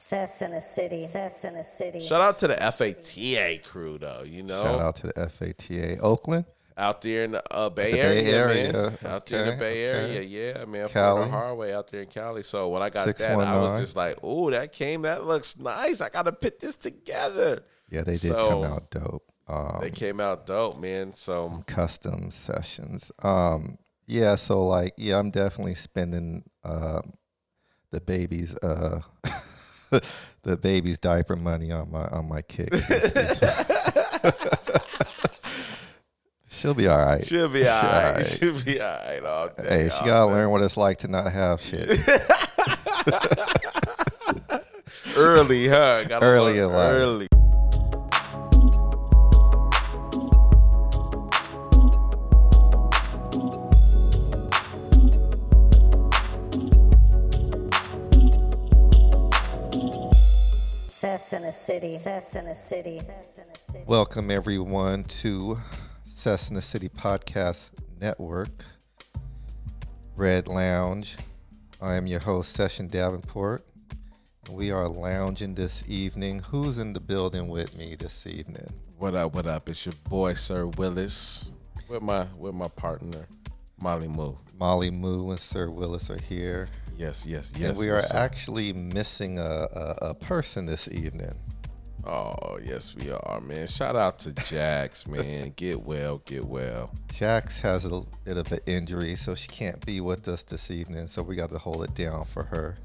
Sess in a city. Sess in a city. Shout out to the FATA crew, though. You know, Shout out to the FATA Oakland. out there in the uh, Bay, The Area, Bay man. Area, out there in the okay, Bay okay. Area, yeah, man. Cali. Florida Hardway out there in Cali. So when I got that, I was 619. just like, "Oh, that came. That looks nice. I gotta put this together." Yeah, they did So- come out dope. Um, They came out dope, man. So custom sessions. Um, yeah, so like, yeah, I'm definitely spending uh, the baby's uh, the baby's diaper money on my on my kicks. this- this- She'll be all right. she'll be all right. alright. She'll be all right all day. Hey, she all gotta day. learn what it's like to not have shit. early, huh? Gotta Early learn in life. Early. Sess in a city. Sess in a city. Sess in a city. Welcome everyone to Cessna City Podcast Network, Red Lounge. I am your host, Session Davenport. We are lounging this evening. Who's in the building with me this evening? What up? What up? It's your boy, Sir Willis, with my with my partner, Molly Moo. Molly Moo and Sir Willis are here. Yes, yes, yes. And we are what's up? actually missing a, a, a person this evening. Oh yes, we are, man. Shout out to Jax, man. Get well, get well. Jax has a bit of an injury, so she can't be with us this evening, so we got to hold it down for her.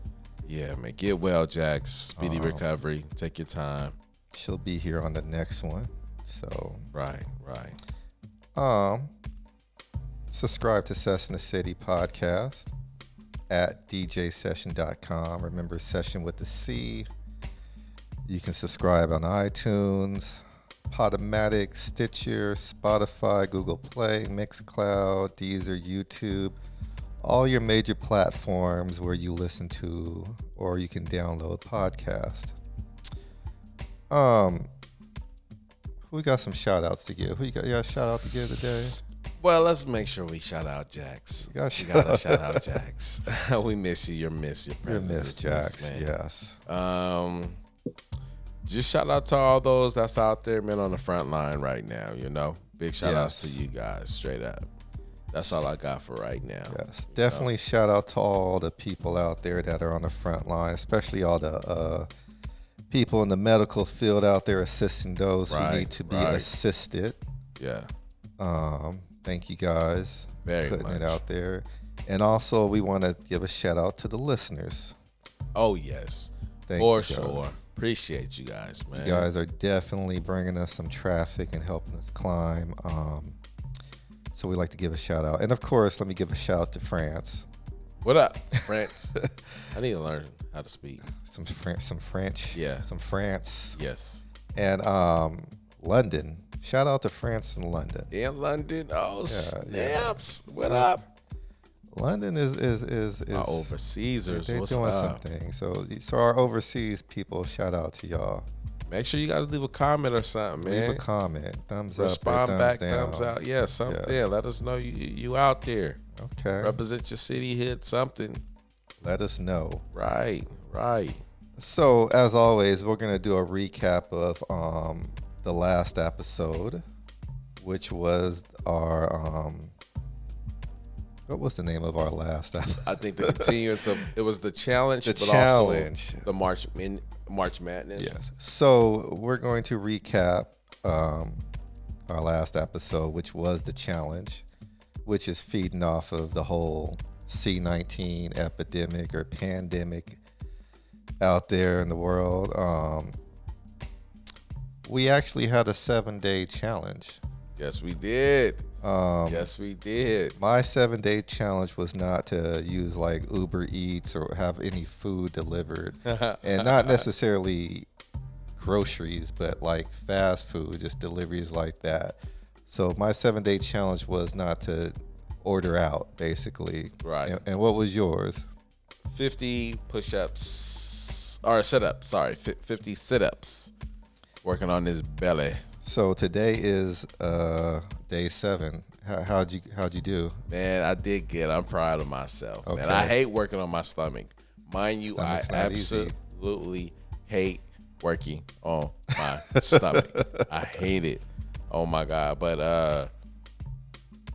Yeah, man. Get well, Jax. Speedy Uh-huh. recovery. Take your time. she'll be here on the next one. So, Right, right. um, subscribe to Session City podcast at djsession.com. Remember, session with the C. You can subscribe on iTunes, Podomatic, Stitcher, Spotify, Google Play, Mixcloud, Deezer, YouTube, all your major platforms where you listen to or you can download podcast. Um, we got some shout outs to give. Who you got, you got a shout out to give today? Well, let's make sure we shout out Jax. gotta You shout gotta shout out Jax. we miss you. You're missed. Your Your presence Miss is Jax, missed, man. yes. Um, just shout out to all those that's out there, men on the front line right now. You know, big shout outs to Yes. you guys, straight up. That's all I got for right now. Yes, definitely shout out to all the people out there that are on the front line, especially all the uh, people in the medical field out there assisting those Right, who need to be right. assisted. Yeah, Um, thank you guys for Very putting it much. out there. And also, we want to give a shout out to the listeners. Oh yes, Thank for you, guys. sure. Appreciate you guys, man. You guys are definitely bringing us some traffic and helping us climb. Um, so we like to give a shout out. And of course, let me give a shout out to France. What up, France? I need to learn how to speak. some Fran- some French, Yeah. some France, Yes, and um, London. Shout out to France and London. in London. Oh yeah. snaps! What up? London is is is, is My overseasers. they're What's doing up? something. So so our overseas people, shout out to y'all. Make sure you guys leave a comment or something, man. Leave a comment, thumbs Respond up, or thumbs back, down. thumbs out. Yeah, something. Let us know you you out there. Okay, Represent your city, hit something. let us know. Right, right. So as always, we're gonna do a recap of um, the last episode, which was our um, what was the name of our last episode? I think the continuance of it was the challenge, The but challenge. also the March in March Madness. Yes. So we're going to recap um, our last episode, which was the challenge, which is feeding off of the whole C19 epidemic or pandemic out there in the world. Um, we actually had a seven day challenge. Yes, we did. Um, Yes, we did. my seven day challenge was not to use like Uber Eats or have any food delivered, and not necessarily groceries, but like fast food, just deliveries like that. So my seven day challenge was not to order out, basically. Right. And, and what was yours? 50 push-ups or sit-ups, sorry, fi- 50 sit-ups. Working on this belly. So today is uh, day seven. How, how'd you how'd you do? Man, I did good. I'm proud of myself. Man, Okay. I hate working on my stomach. Mind you, Stomach's I not easy. absolutely hate working on my stomach. I hate it. Oh my god! But uh,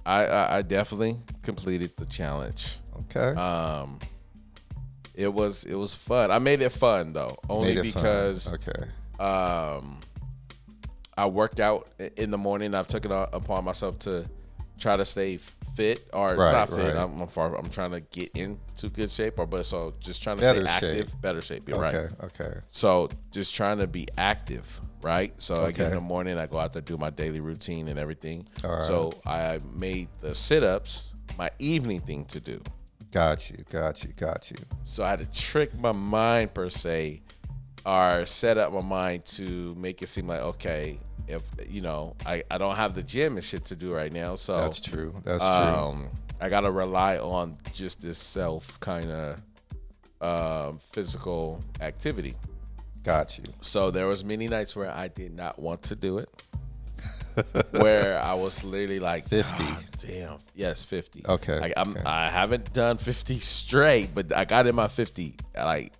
I I, I definitely completed the challenge. Okay. Uh, It was it was fun. I made it fun though, only Made it fun. because Okay. I worked out i- in the morning. I've taken it upon myself to try to stay f- fit or Right, not fit. right. I'm, I'm far. I'm trying to get into good shape or but so just trying to Better stay shape. active, better shape. You're right. Okay. Okay. So just trying to be active, right? So I get in Okay. the morning, I go out there do my daily routine and everything. All right. So I made the sit ups my evening thing to do. Got you. Got you. Got you. So I had to trick my mind per se, or set up my mind to make it seem like okay, if you know, I, I don't have the gym and shit to do right now, so That's true. That's um, I gotta rely on just this self kind of um, physical activity. true. Got you. So there was many nights where I did not want to do it. where I was literally like 50. "Ah, damn. Yes, 50. Okay, Like, I'm, okay. I haven't done 50 straight, but I got in my 50. Like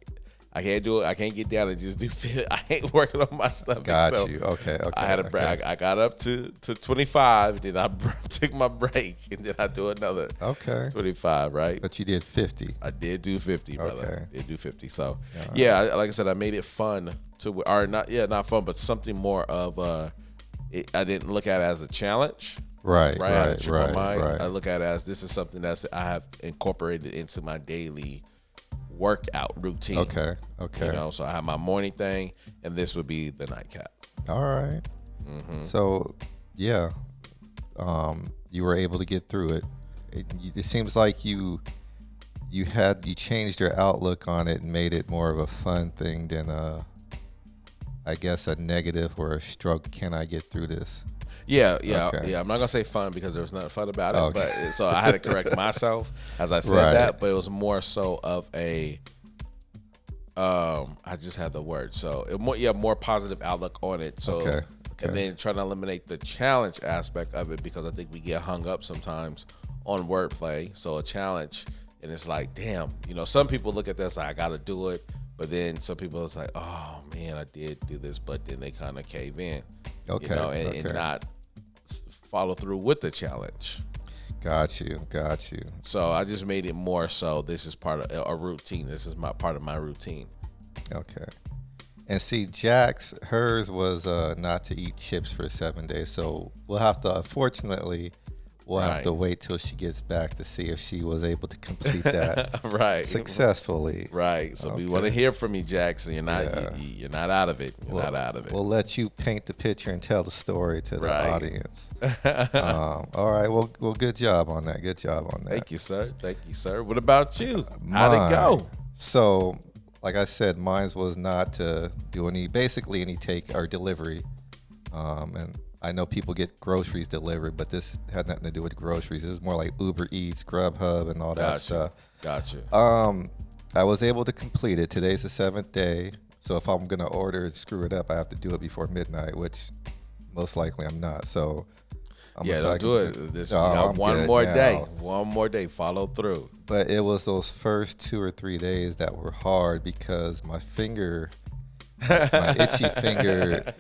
I can't do it. I can't get down and just do 50. I ain't working on my stuff. Got you. Okay. Okay. I had a okay. break. I, I got up to, to 25, then I took my break, and then I do another Okay. 25, right? But you did 50. I did do 50, brother. Okay. Did do 50. So, yeah, I- like I said, I made it fun to, or not, yeah, not fun, but something more of a, it, I didn't look at it as a challenge, Right. right? I had to Right. trick my Right. mind. I Right. look at it as this is something that's I have incorporated into my daily workout routine. Okay. Okay. You know, so I have my morning thing, and this would be the nightcap. All right. Mm-hmm. So, yeah, um, you were able to get through it. It, you- it seems like you you had you changed your outlook on it and made it more of a fun thing than a, I guess a negative or a struggle. Can I get through this? Yeah, yeah, Okay. yeah. I'm not gonna say fun because there was nothing fun about it, Okay. but it- so I had to correct myself as I said Right. that. But it was more so of a, um, I just had the word. So it more, yeah, more positive outlook on it. So Okay, okay. and then trying to eliminate the challenge aspect of it because I think we get hung up sometimes on wordplay. So a challenge, and it's like, damn, you know, some people look at this like I gotta do it, but then some people it's like, oh man, I did do this, but then they kind of cave in. Okay, You know, and, and okay. not s- follow through with the challenge. Got you. Got you. So I just made it more so this is part of a routine. This is my part of my routine. Okay. And see, Jack's hers was uh, not to eat chips for seven days, so we'll have to. Unfortunately, we'll have Right. to wait till she gets back to see if she was able to complete that right. successfully. Right. So we want to hear from you, Jackson. You're not Yeah. you, you're not out of it. You're We'll- not out of it. We'll let you paint the picture and tell the story to the Right. audience. um, all right. Well, well, good job on that. Good job on that. Thank you, sir. Thank you, sir. What about you? How'd it Uh, Mine. go? So, like I said, mine's was not to do any, basically any take or delivery. Um, and I know people get groceries delivered, but this had nothing to do with groceries. It was more like Uber Eats, Grubhub, and all that Gotcha. stuff. Gotcha. I was able to complete it. Today's the seventh day. So if I'm gonna order and screw it up, I have to do it before midnight, which most likely I'm not. So I'm yeah, just don't like- do it. This, No, you got I'm one good more now. day. One more day. Follow through. but it was those first two or three days that were hard because my finger my itchy finger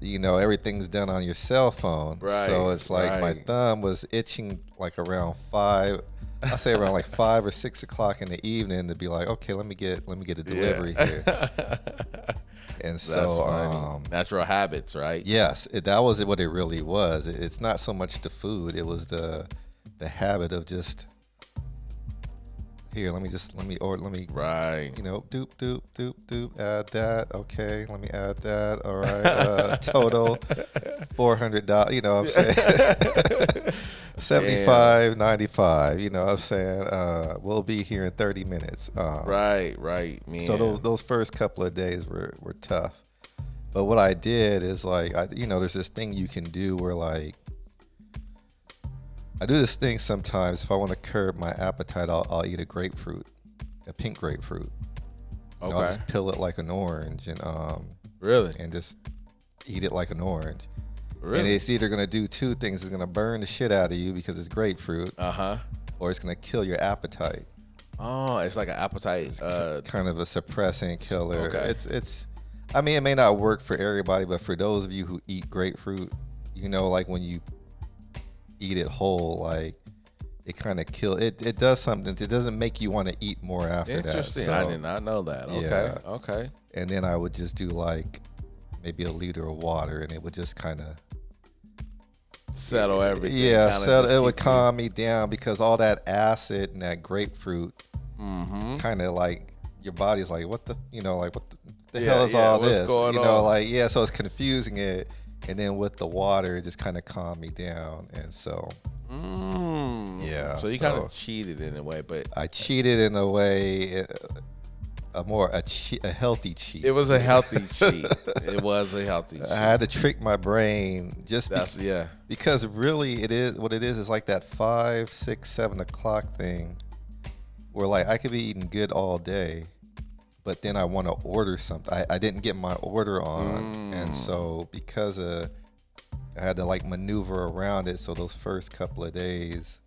you know everything's done on your cell phone so Right, it's like my right. thumb was itching like around five i say around like five or six o'clock in the evening to be like okay let me get let me get a delivery here and That's so funny. um Natural habits, right? Yes, it, that was what it really was. It- it's not so much the food; it was the the habit of just here. Let me just let me or let me Right. you know doop doop doop doop add that. Okay, let me add that. All right, uh, total four hundred dollars. You know what I'm saying seventy five ninety five. You know what I'm saying uh, we'll be here in thirty minutes. Um, Right, right, man. so those those first couple of days were were tough. But what I did is like I you know there's this thing you can do where like I do this thing sometimes if I want to curb my appetite I'll, I'll eat a grapefruit, a pink grapefruit. And I'll okay, just peel it like an orange and um really, and just eat it like an orange. And really, it's either gonna do two things: it's gonna burn the shit out of you because it's grapefruit, uh huh. or it's gonna kill your appetite. Oh, it's like an appetite. Uh, kind of a suppressant killer. Okay. It's it's I mean, it may not work for everybody, but for those of you who eat grapefruit, you know, like when you eat it whole, like it kind of kill it. It does something. It doesn't make you want to eat more after Interesting. that. I So- did not know that. Okay. Yeah. Okay. And then I would just do like maybe a liter of water, and it would just kind of Settle everything. yeah, kinda so just it would keep you- calm me down because all that acid and that grapefruit Mm-hmm. kind of like your body's like, what the, you know, like what the, the Yeah, hell is yeah, all what's this? going you know, on? like yeah, so it's confusing it, and then with the water, it just kind of calmed me down, and so Mm. Yeah, So you so- kind of cheated in a way, but I cheated in a way, uh, a more a, che- a healthy cheat. it was a healthy cheat. It was a healthy I cheat. had to trick my brain just be- That's yeah. because really it is what it is is like that five six seven o'clock thing where like i could be eating good all day but then i want to order something I, I didn't get my order on and so because uh, i had to like maneuver around it so those first couple of days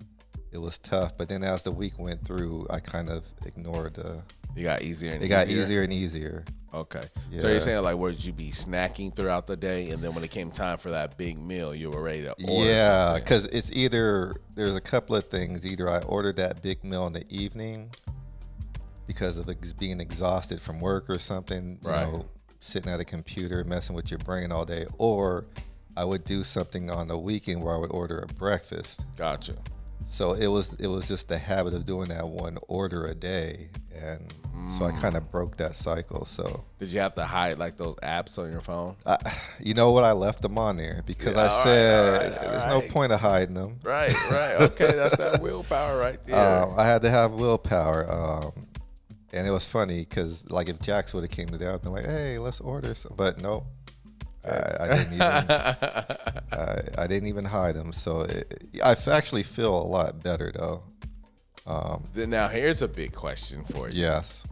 it was tough but then as the week went through i kind of ignored the It got easier. And it got easier and easier Okay. So you're Yeah. saying like, would you be snacking throughout the day, and then when it came time for that big meal, you were ready to order? yeah, something? because it's either there's a couple of things. Either I ordered that big meal in the evening because of ex- being exhausted from work or something, you Right. know, sitting at a computer messing with your brain all day, or I would do something on the weekend where I would order a breakfast. Gotcha. So it was it was just the habit of doing that one order a day, and so I kind Mm. of broke that cycle. So Did you have to hide like those apps on your phone? you know what? I left them on there because Yeah, I all right, said all right, all there's right. no point of hiding them. right. Right. Okay. That's that willpower right there. Um, I had to have willpower. Um, and it was funny because, like, if Jax would have came to there, I'd been like, "Hey, let's order." Some. But nope, I, I didn't even. I, I didn't even hide them. So it, I f- actually feel a lot better though. then now here's a big question for you. Yes,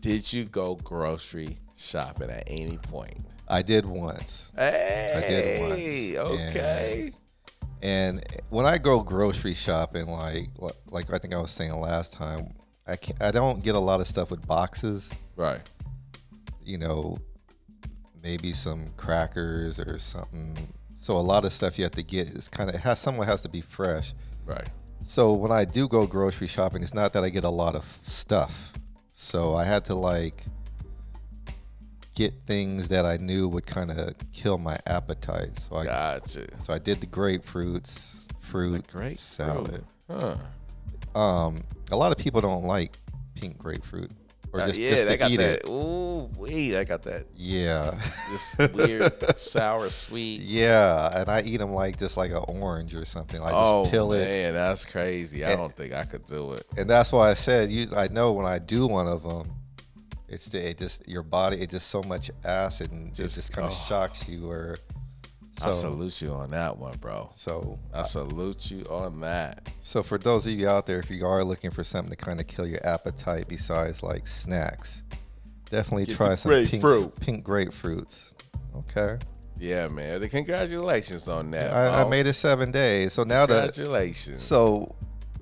Did you go grocery shopping at any point? I did once. Hey, did once. okay. And when I go grocery shopping, like like I think I was saying last time, I can't, I don't get a lot of stuff with boxes. Right. you know, maybe some crackers or something. So a lot of stuff you have to get is kind of it has someone has to be fresh. Right. So when I do go grocery shopping, it's not that I get a lot of stuff. So I had to like get things that I knew would kind of kill my appetite. So I Gotcha. so I did the grapefruits, fruit, grapefruit. salad. Huh. Um, a lot of people don't like pink grapefruit or Uh, just yeah, just they to got eat that. it. Ooh, wait, I got that. Yeah. This weird sour sweet. Yeah, and I eat them like just like an orange or something. Like oh just peel it, man, that's crazy. I And- don't think I could do it. and that's why I said you. I know when I do one of them, it's the, it just your body. It just so much acid, and Just- it just kind oh. of shocks you. Or I so salute you on that one, bro. so I salute you on that. so for those of you out there, if you are looking for something to kind of kill your appetite besides like snacks, definitely Get try the some grapefruit. pink pink grapefruits. Okay, Yeah, man. The Congratulations on that. I, I boss. made it seven days, so now that Congratulations. So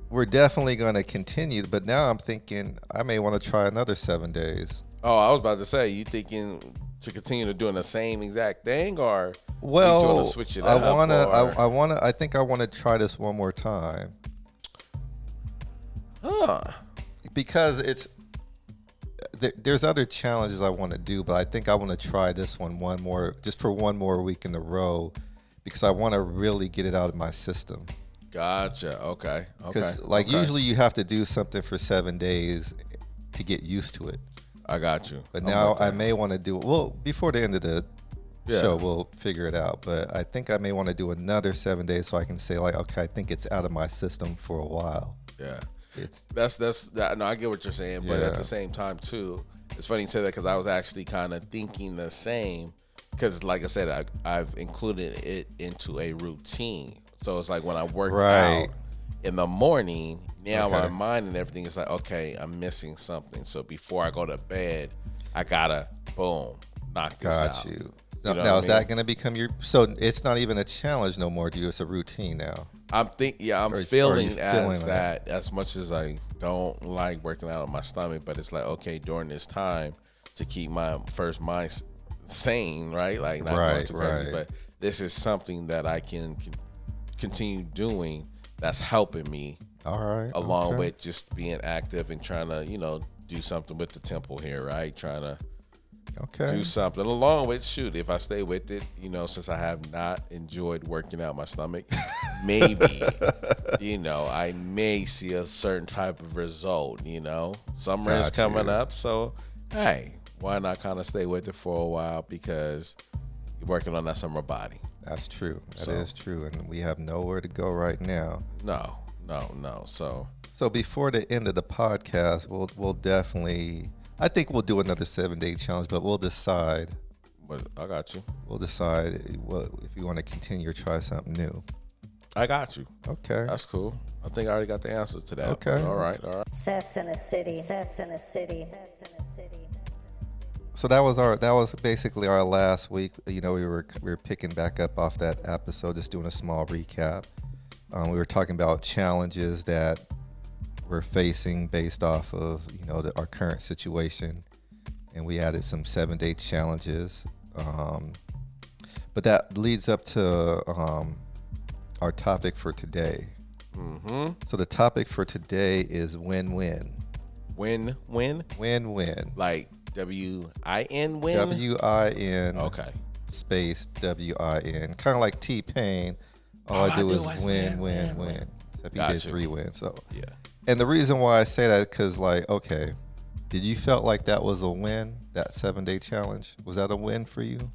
we're definitely going to continue, but now I'm thinking I may want to try another seven days. oh, I was about to say, you thinking to continue to doing the same exact thing, or you Well, wanna switch it I up, wanna, I, or- I wanna, I think I want to try this one more time huh? because it's there, there's other challenges I want to do, but I think I want to try this one one more just for one more week in a row because I want to really get it out of my system. Gotcha. Okay. Okay. Because like okay. usually you have to do something for seven days to get used to it. I got you. But I'm now with I that. may want to do well before the end of the Yeah. show. We'll figure it out. But I think I may want to do another seven days so I can say like, okay, I think it's out of my system for a while. Yeah. It's That's that's that, no, I get what you're saying, but at Yeah. the same time too, it's funny you say that because I was actually kind of thinking the same. Because like I said, I, I've included it into a routine, so it's like when I work Right. out in the morning, now my Okay. mind and everything is like, okay, I'm missing something. So before I go to bed, I gotta boom knock this got out. you. know Now, what now I is that mean? going to become your? So it's not even a challenge no more to you. It's a routine now. I'm think yeah, I'm Or- or feeling, you as feeling that that. as much as I don't like working out on my stomach, but it's like okay during this time to keep my first mind sane, right? Like not going Right, too crazy, right. but this is something that I can con- continue doing that's helping me All right. along okay. with just being active and trying to, you know, do something with the temple here, right? Trying to Okay. do something along with shoot if i stay with it you know since i have not enjoyed working out my stomach maybe you know i may see a certain type of result you know summer is Got coming you. up so hey why not kind of stay with it for a while because you're working on that summer body That's true. That is So- true. And we have nowhere to go right now. no no no so So before the end of the podcast, we'll we'll definitely I think we'll do another seven day challenge, but we'll decide but i got you we'll decide what if you want to continue or try something new. i got you Okay. that's cool i think i already got the answer to that Okay. all right all right Sess in a city. Sess in a city. Sess in a city. So that was our that was basically our last week. You know, we were we were picking back up off that episode, just doing a small recap. Um, we were talking about challenges that we're facing based off of you know the, our current situation, and we added some seven day challenges. Um, but that leads up to um, our topic for today. Mm-hmm. So the topic for today is win-win, win win win-win. like w-i-n win W I N. okay space W I N. Kind of like T Pain. All, I, do is win, win, win. Except you did Gotcha. three wins. So, Yeah. and the reason why I say that because like, okay, did you felt like that was a win? That seven day challenge was that a win for you?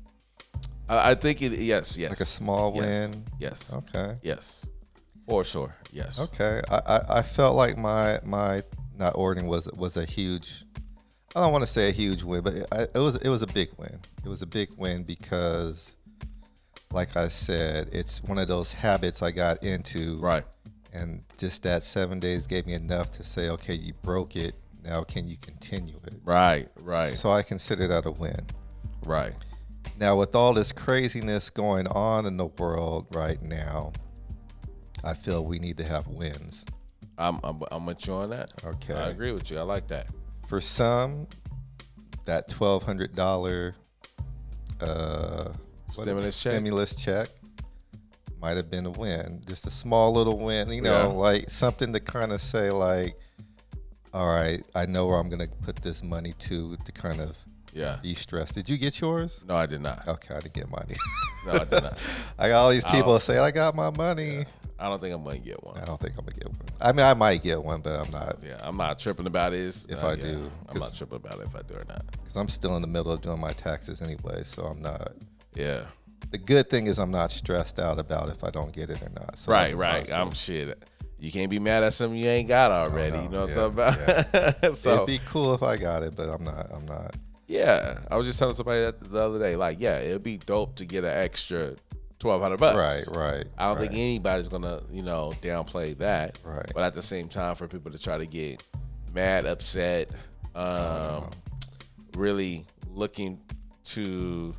I, I think it yes, yes. Like a small yes, win? Yes. Okay. Yes. For sure. Yes. Okay, I, I, I felt like my my not ordering was was a huge. I don't want to say a huge win, but it, I, it was it was a big win. It was a big win because, like I said, it's one of those habits I got into. Right. And just that seven days gave me enough to say, okay, you broke it. Now can you continue it? Right. Right. So I consider that a win. right. Now, with all this craziness going on in the world right now, I feel we need to have wins. I'm, I'm I'm with you on that. Okay. I agree with you. I like that. for some that twelve hundred dollar uh what- Stimulus check. stimulus check might have been a win just a small little win you know Yeah. like something to kind of say like all right i know where i'm gonna put this money to to kind of Yeah. de-stress did you get yours No, I did not. okay i didn't get money No, I did not. i got all these Oh. people say i got my money I don't think I'm gonna get one. i don't think i'm gonna get one i mean i might get one but i'm not Yeah, I'm not tripping about it. It's- If uh, I yeah, do, I'm not 'cause- tripping about it if I do or not. because i'm still in the middle of doing my taxes anyway so i'm not Yeah, the good thing is I'm not stressed out about if I don't get it or not. So right, that's right. positive. I'm shit. You can't be mad at something you ain't got already. Oh, You know what I'm talking about? so It'd be cool if I got it, but I'm not. I'm not. Yeah, I was just telling somebody that the other day. Like, yeah, it'd be dope to get an extra twelve hundred bucks. Right, right. I don't right. think anybody's gonna, you know, downplay that. Right. But at the same time, for people to try to get mad, upset, um, really looking to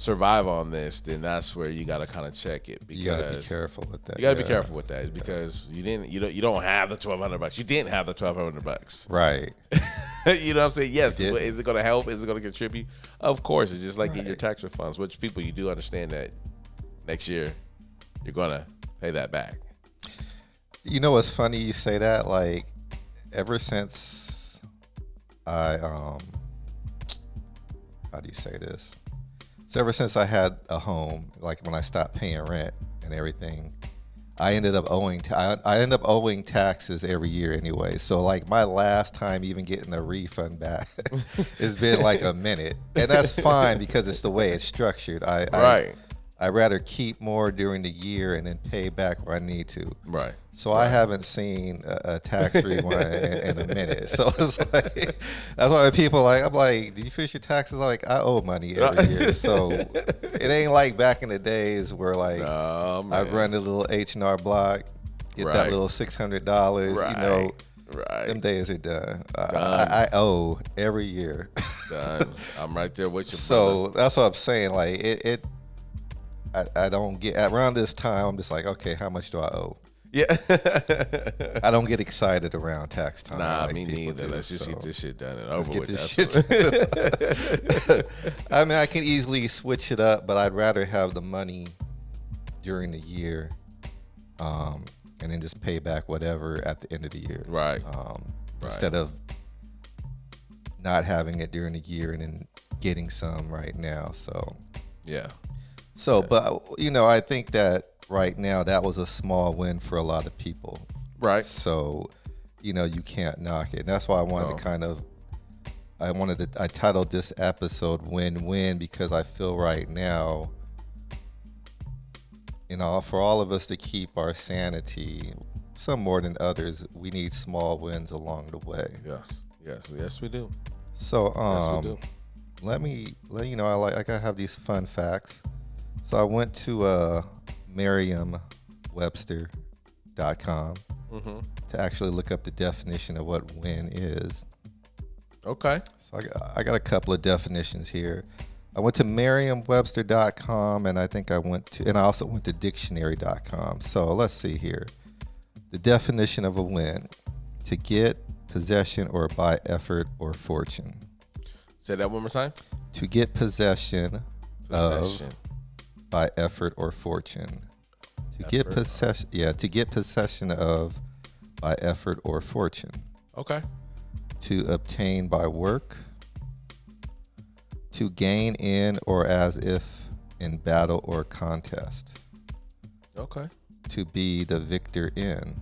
survive on this, then that's where you gotta kind of check it because you gotta be careful with that. you gotta be yeah. careful with that is because you didn't, you don't, you don't have the twelve hundred bucks. You didn't have the twelve hundred bucks. Right. you know what I'm saying? Yes. did. but Is it going to help? Is it going to contribute? Of course. It's just like in your tax refunds, which people you do understand that next year you're going to pay that back. You know what's funny? You say that like ever since I um how do you say this? So ever since I had a home, like when I stopped paying rent and everything, I ended up owing. Ta- I, I end up owing taxes every year anyway. So like my last time even getting a refund back, it's been like a minute, and that's fine because it's the way it's structured. I Right. I, I rather keep more during the year and then pay back where I need to. Right. So I haven't seen a, a tax refund in, in a minute. So it's like that's why people like I'm like, did you finish your taxes? I'm like I owe money every year, so it ain't like back in the days where like Um, I'd run the little H and R Block, get that Right. little six hundred dollars. right. You know, them right. days are done. I, I, I owe every year, Done. I'm right there with you. brother. so that's what I'm saying. Like it, it I, I don't get around this time. I'm just like, okay, how much do I owe? Yeah. I don't get excited around tax time. nah, like me people neither. do, Let's just so. get this shit done and over Let's get with. this That's shit. what- I mean, I can easily switch it up, but I'd rather have the money during the year, um, and then just pay back whatever at the end of the year, right. Right. Um, Instead of not having it during the year and then getting some right now. So, Yeah. so, but you know, I think that right now that was a small win for a lot of people. Right. So, you know, you can't knock it. And that's why I wanted No. to kind of, I wanted to, I titled this episode Win Win because I feel right now, you know, for all of us to keep our sanity, some more than others, we need small wins along the way. Yes. Yes. Yes, we do. So, Yes, um, we do. let me let you know I like I gotta have these fun facts. So I went to uh merriam-webster.com to actually look up the definition of what win is. Okay. So I got, I got a couple of definitions here. I went to merriam-webster.com and I think I went to and I also went to dictionary.com. So let's see here. The definition of a win to get possession or by effort or fortune. Say that one more time. To get possession, of Possession. by effort or fortune. To get possession, yeah, to get possession of by effort or fortune. Okay. To obtain by work. To gain in or as if in battle or contest. Okay. To be the victor in.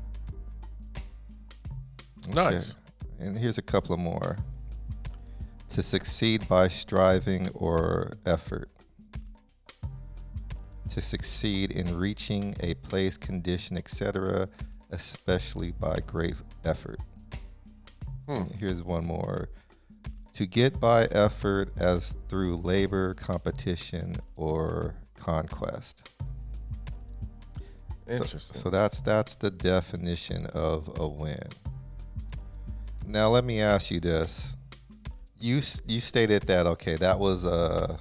Nice. And here's a couple of more. To succeed by striving or effort. To succeed in reaching a place, condition, etc., especially by great effort. And Here's one more. To get by effort as through labor, competition, or conquest. So- Interesting. So, that's that's the definition of a win. Now let me ask you this: you s- you stated that okay, that was a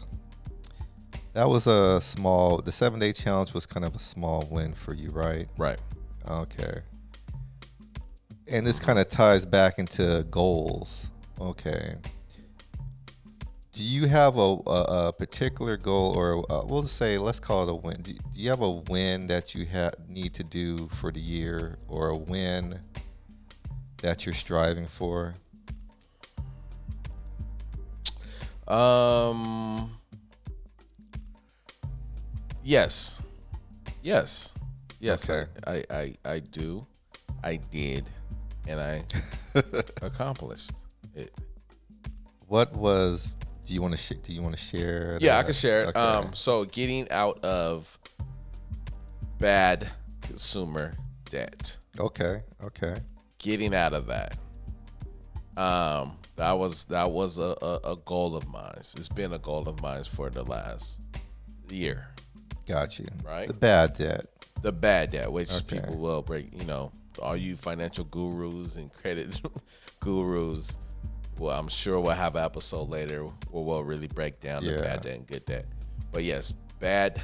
that was a small. The seven day challenge was kind of a small win for you, right? right. Okay. And this kind of ties back into goals. Okay. Do you have a, a, a particular goal, or uh we'll just say, let's call it a win? Do, do you have a win that you ha- need to do for the year, or a win that you're striving for? Um. Yes. Yes. Yes. Okay. I, I, I, I do. I did. And I accomplished it. What was? Do you want to? Sh- do you want to share? Yeah, I that? can share it. Okay. Um, so getting out of bad consumer debt. okay. Okay. getting out of that. Um, that was that was a, a, a goal of mine. It's been a goal of mine for the last year. Got you. Right. The bad debt. The bad debt, which Okay. people will break, you know, all you financial gurus and credit gurus, well, I'm sure we'll have an episode later where we'll really break down the Yeah. bad debt and good debt. But yes, bad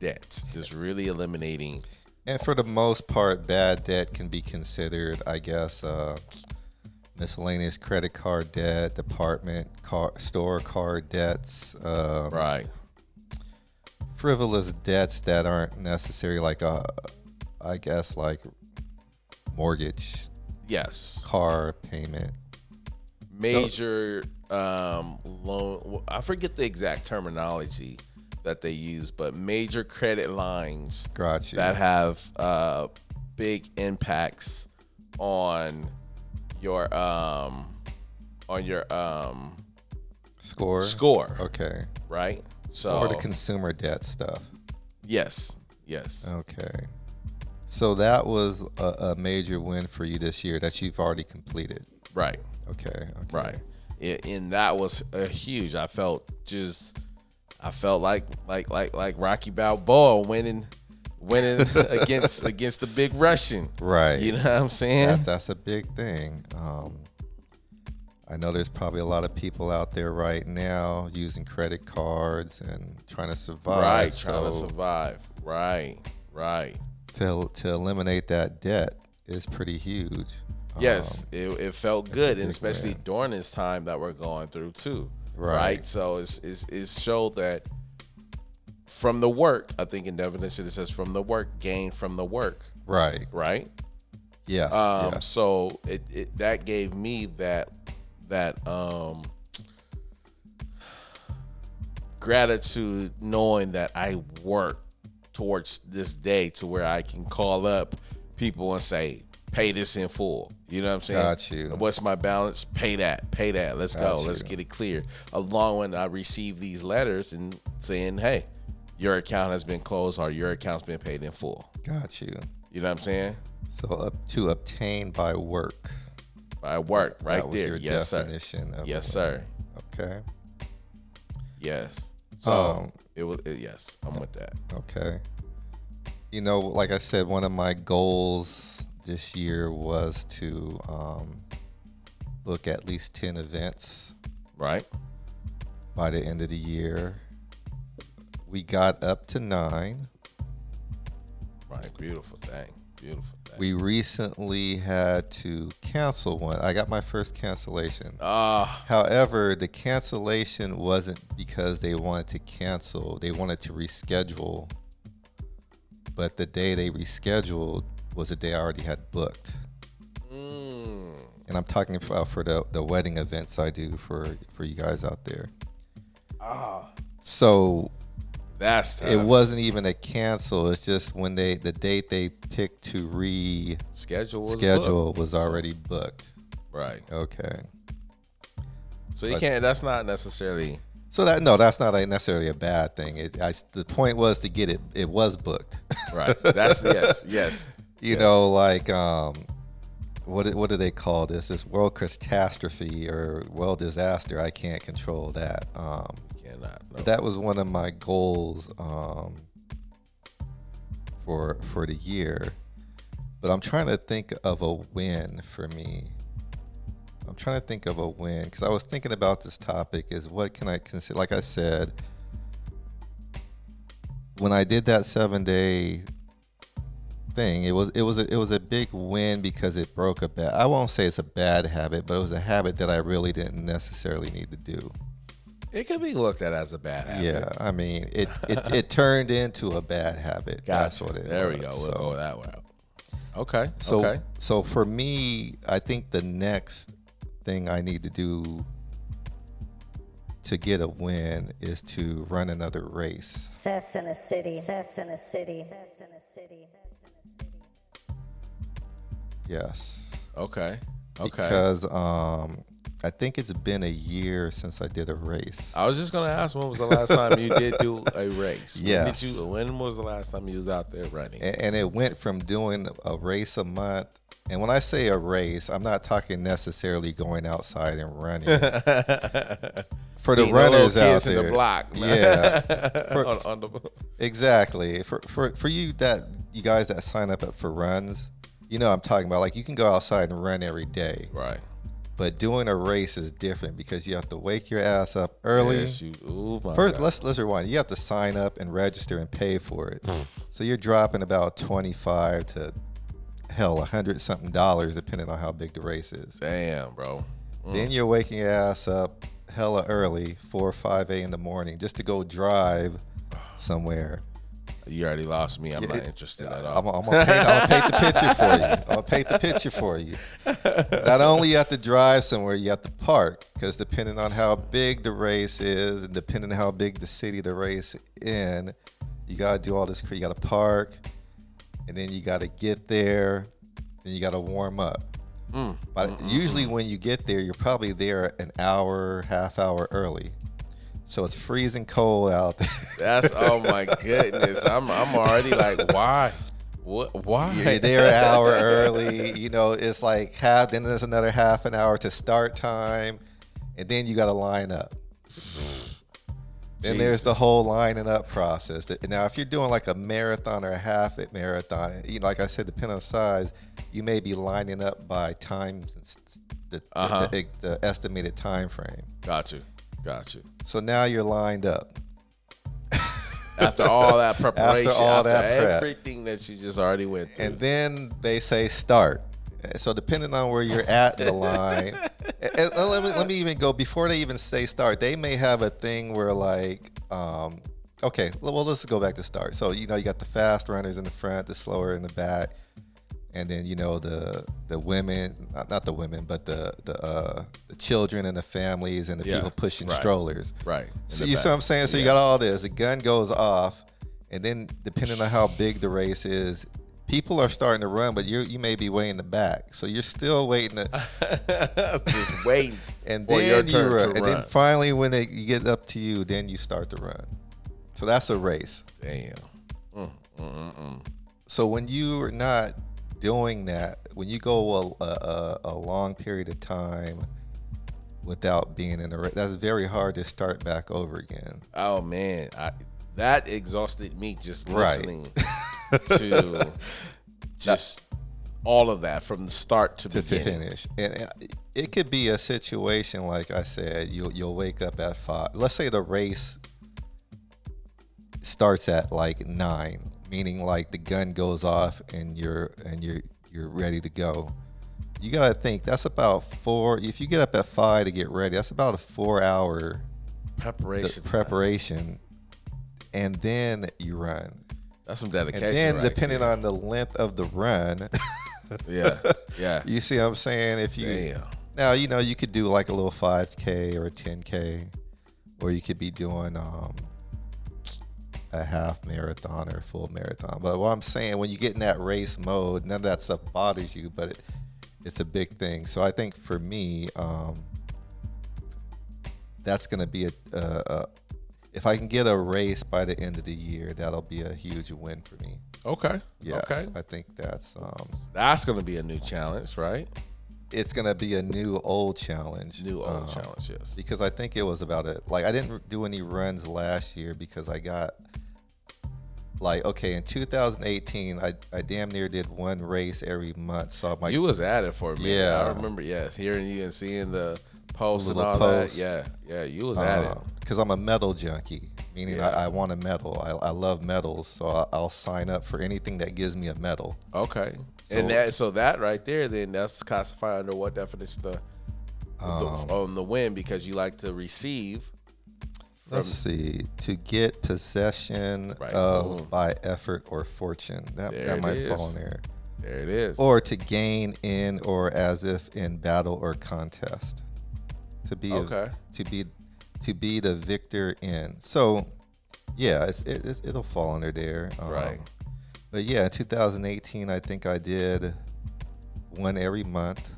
debt, just really eliminating. And for the most part, bad debt can be considered, I guess, uh, miscellaneous credit card debt, department car, store card debts, uh, Right. frivolous debts that aren't necessary, like uh, I guess, like mortgage, Yes. car payment. major um, loan. I forget the exact terminology that they use, but major credit lines Gotcha. that have uh, big impacts on your um, on your um, score. score, Oh. Okay. right? So Or the consumer debt stuff. yes, yes, Uh. Okay. So that was a, a major win for you this year that you've already completed. right, Okay. okay. right. It, and that was a huge. I felt just. I felt like like like like Rocky Balboa winning winning against against the big Russian. Right. You know what I'm saying? That's that's a big thing. Um, I know there's probably a lot of people out there right now using credit cards and trying to survive. right, so trying to survive. Right, right. to to eliminate that debt is pretty huge. Yes, Um, it, it felt good, and big especially win. during this time that we're going through too. Right. So it's it's it's showed that from the work, I think in definition it says from the work, gain from the work, right. right? Yes. Um, yes. So it, it that gave me that that um, gratitude, knowing that I work towards this day to where I can call up people and say, "Pay this in full." You know what I'm saying? Got you. What's my balance? Pay that. Pay that. Let's go. Got Let's you. get it clear. Along when I receive these letters and saying, "Hey, your account has been closed or your account's been paid in full." Got you. You know what I'm saying? So up to obtain by work. I work right that was there. Your yes, sir. definition Of Yes, sir. Okay. Yes. So Um, it was. It, yes, I'm with that. Okay. You know, like I said, one of my goals this year was to um, book at least 10 events Right. by the end of the year. We got up to nine. Right. Beautiful thing. Beautiful thing. We recently had to cancel one. I got my first cancellation. Ah. However, the cancellation wasn't because they wanted to cancel, they wanted to reschedule. But the day they rescheduled was a day I already had booked. mm, And I'm talking about for the, the wedding events I do for, for you guys out there. ah. So That's tough. it wasn't even a cancel. It's just when they the date they picked to schedule. reschedule Was booked. was already booked. Right. Okay. So you But- can't. That's not necessarily. So that no, that's not a, necessarily a bad thing. It, I, the point was to get it. It was booked. Right. That's yes. Yes. you know, like um, what do- what do they call this? This world catastrophe or world disaster. I can't control that. Um, Cannot. No. that was one of my goals um, for for the year. But I'm trying to think of a win for me. I'm trying to think of a win because I was thinking about this topic. Is what can I consider? Like I said, when I did that seven day thing, it was it was a, it was a big win because it broke a bad. I won't say it's a bad habit, but it was a habit that I really didn't necessarily need to do. it could be looked at as a bad habit. Yeah, I mean, it, it it turned into a bad habit. That's Gotcha. what it. There we was. go. So, We'll go that route. Okay. so, okay. so for me, I think the next thing I need to do to get a win is to run another race. Sess in a city. Sess in a city. Sess in a city. Yes. Okay. Okay. Because um, I think it's been a year since I did a race. I was just gonna ask when was the last time you did do a race? When Yes. did you when was the last time you was out there running? A- and it went from doing a race a month and when i say a race i'm not talking necessarily going outside and running for the Beating little runners out kids there in the block, man. yeah For- on, on the, exactly for, for for you that you guys that sign up at- for runs you know what i'm talking about like you can go outside and run every day right. but doing a race is different because you have to wake your ass up early Yes, you. Ooh, my First, God. let's let's rewind. You have to sign up and register and pay for it. so you're dropping about twenty five to hell a hundred something dollars, depending on how big the race is. Damn, bro. Then you're waking your ass up hella early, four or five a in the morning, just to go drive somewhere. You already lost me. I'm Yeah, not it- uh, interested at all. I'm, I'm, gonna paint, I'm gonna paint the picture for you. I'm gonna paint the picture for you. Not only you have to drive somewhere, you have to park because depending on how big the race is and depending on how big the city the race in, you gotta do all this. cra- You gotta park, and then you gotta get there, then you gotta warm up. Mm, But usually when you get there, you're probably there an hour, half hour early. So it's freezing cold out there. That's oh my goodness. I'm I'm already like why, what why? you're there an hour early. You know, it's like half. Then there's another half an hour to start time, and then you got to line up. Then there's the Jesus. whole lining up process. Th- Now, if you're doing like a marathon or a half at marathon, you know, like I said, depending on size, you may be lining up by times and s- the, the- Uh-huh. the, the estimated time frame. Got you. Got you. So now you're lined up. after all that preparation, after, all that prep. everything that she just already went through. and then they say start. Uh, So depending on where you're at in the line, and- and let me let me even go before they even say start. They may have a thing where like, um, okay, well let's go back to start. So you know you got the fast runners in the front, the slower in the back, and then you know the the women, not, not the women, but the the uh, the children and the families and the Yeah, people pushing right. strollers. right. in So the you see what back. I'm saying? So you got all this. The gun goes off, and then depending on how big the race is, people are starting to run, but you you may be way in the back. So you're still waiting to, just waiting. and for your then you turn to run, and then run. finally when they you get up to you, then you start to run. So that's a race. Damn. So when you are not doing that, when you go a, a, a long period of time without being in a race, that's very hard to start back over again. Oh man, I, that exhausted me just Right. listening to just all of that from the start to, to beginning. finish. And it- it could be a situation like I said, you'll you'll wake up at five. Let's say the race starts at like nine, meaning like the gun goes off and you're and you're you're ready to go. You gotta think that's about four. If you get up at five to get ready, that's about a four-hour Preparation. preparation, and then you run. That's some And dedication. then, right depending on the length of the run, there. yeah, you see what I'm saying. If you yeah, damn. Now you know you could do like a little 5k or a 10k, or you could be doing um, a half marathon or a full marathon. But what I'm saying, when you get in that race mode, none of that stuff bothers you, but it, it's a big thing. So I think for me, um, that's going to be a, a, a if I can get a race by the end of the year, that'll be a huge win for me. Okay. Yeah, Okay. I think that's um, That's gonna be a new challenge, right? it's going to be a new old challenge. New old Um, challenge. Yes. because I think it was about it. Like I didn't do any runs last year because I got like okay in 2018 I, I damn near did one race every month. So I'm like you was at it for a minute. Yeah. I remember. Yes, hearing you and seeing the posts and Little all posts. Uh-huh. that. Yeah, yeah. You was at it. because um, I'm a metal junkie, meaning I, I want a medal. I, I love medals, so I, I'll sign up for anything that gives me a medal. Okay. So- and that so that right there, then that's classified under what definition the, the- Um, on the win because you like to receive. Let's see to get possession Right, of boom. by effort or fortune that, There that it might fall is. in there. There it is. or to gain in or as if in battle or contest to be Okay. to be to be the victor in so yeah it's, it, it's, it'll fall under there um, Right. but yeah in 2018 i think i did one every month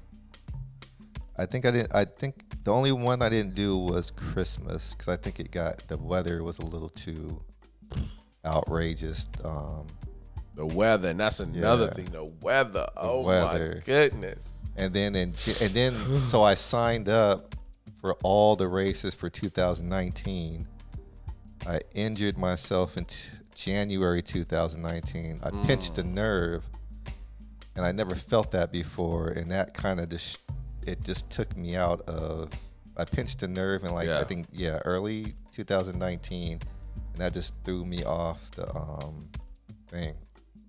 i think i didn't i think the only one i didn't do was christmas because i think it got the weather was a little too outrageous um, the weather, and that's another Yeah. thing. The weather. oh weather. my goodness. and then in, J- and then so I signed up for all the races for 2019. I injured myself in t- January 2019. I pinched a nerve, and I never felt that before, and that kind of just it just took me out of. I pinched a nerve, and like I Yeah. think yeah, early 2019, and that just threw me off the um thing.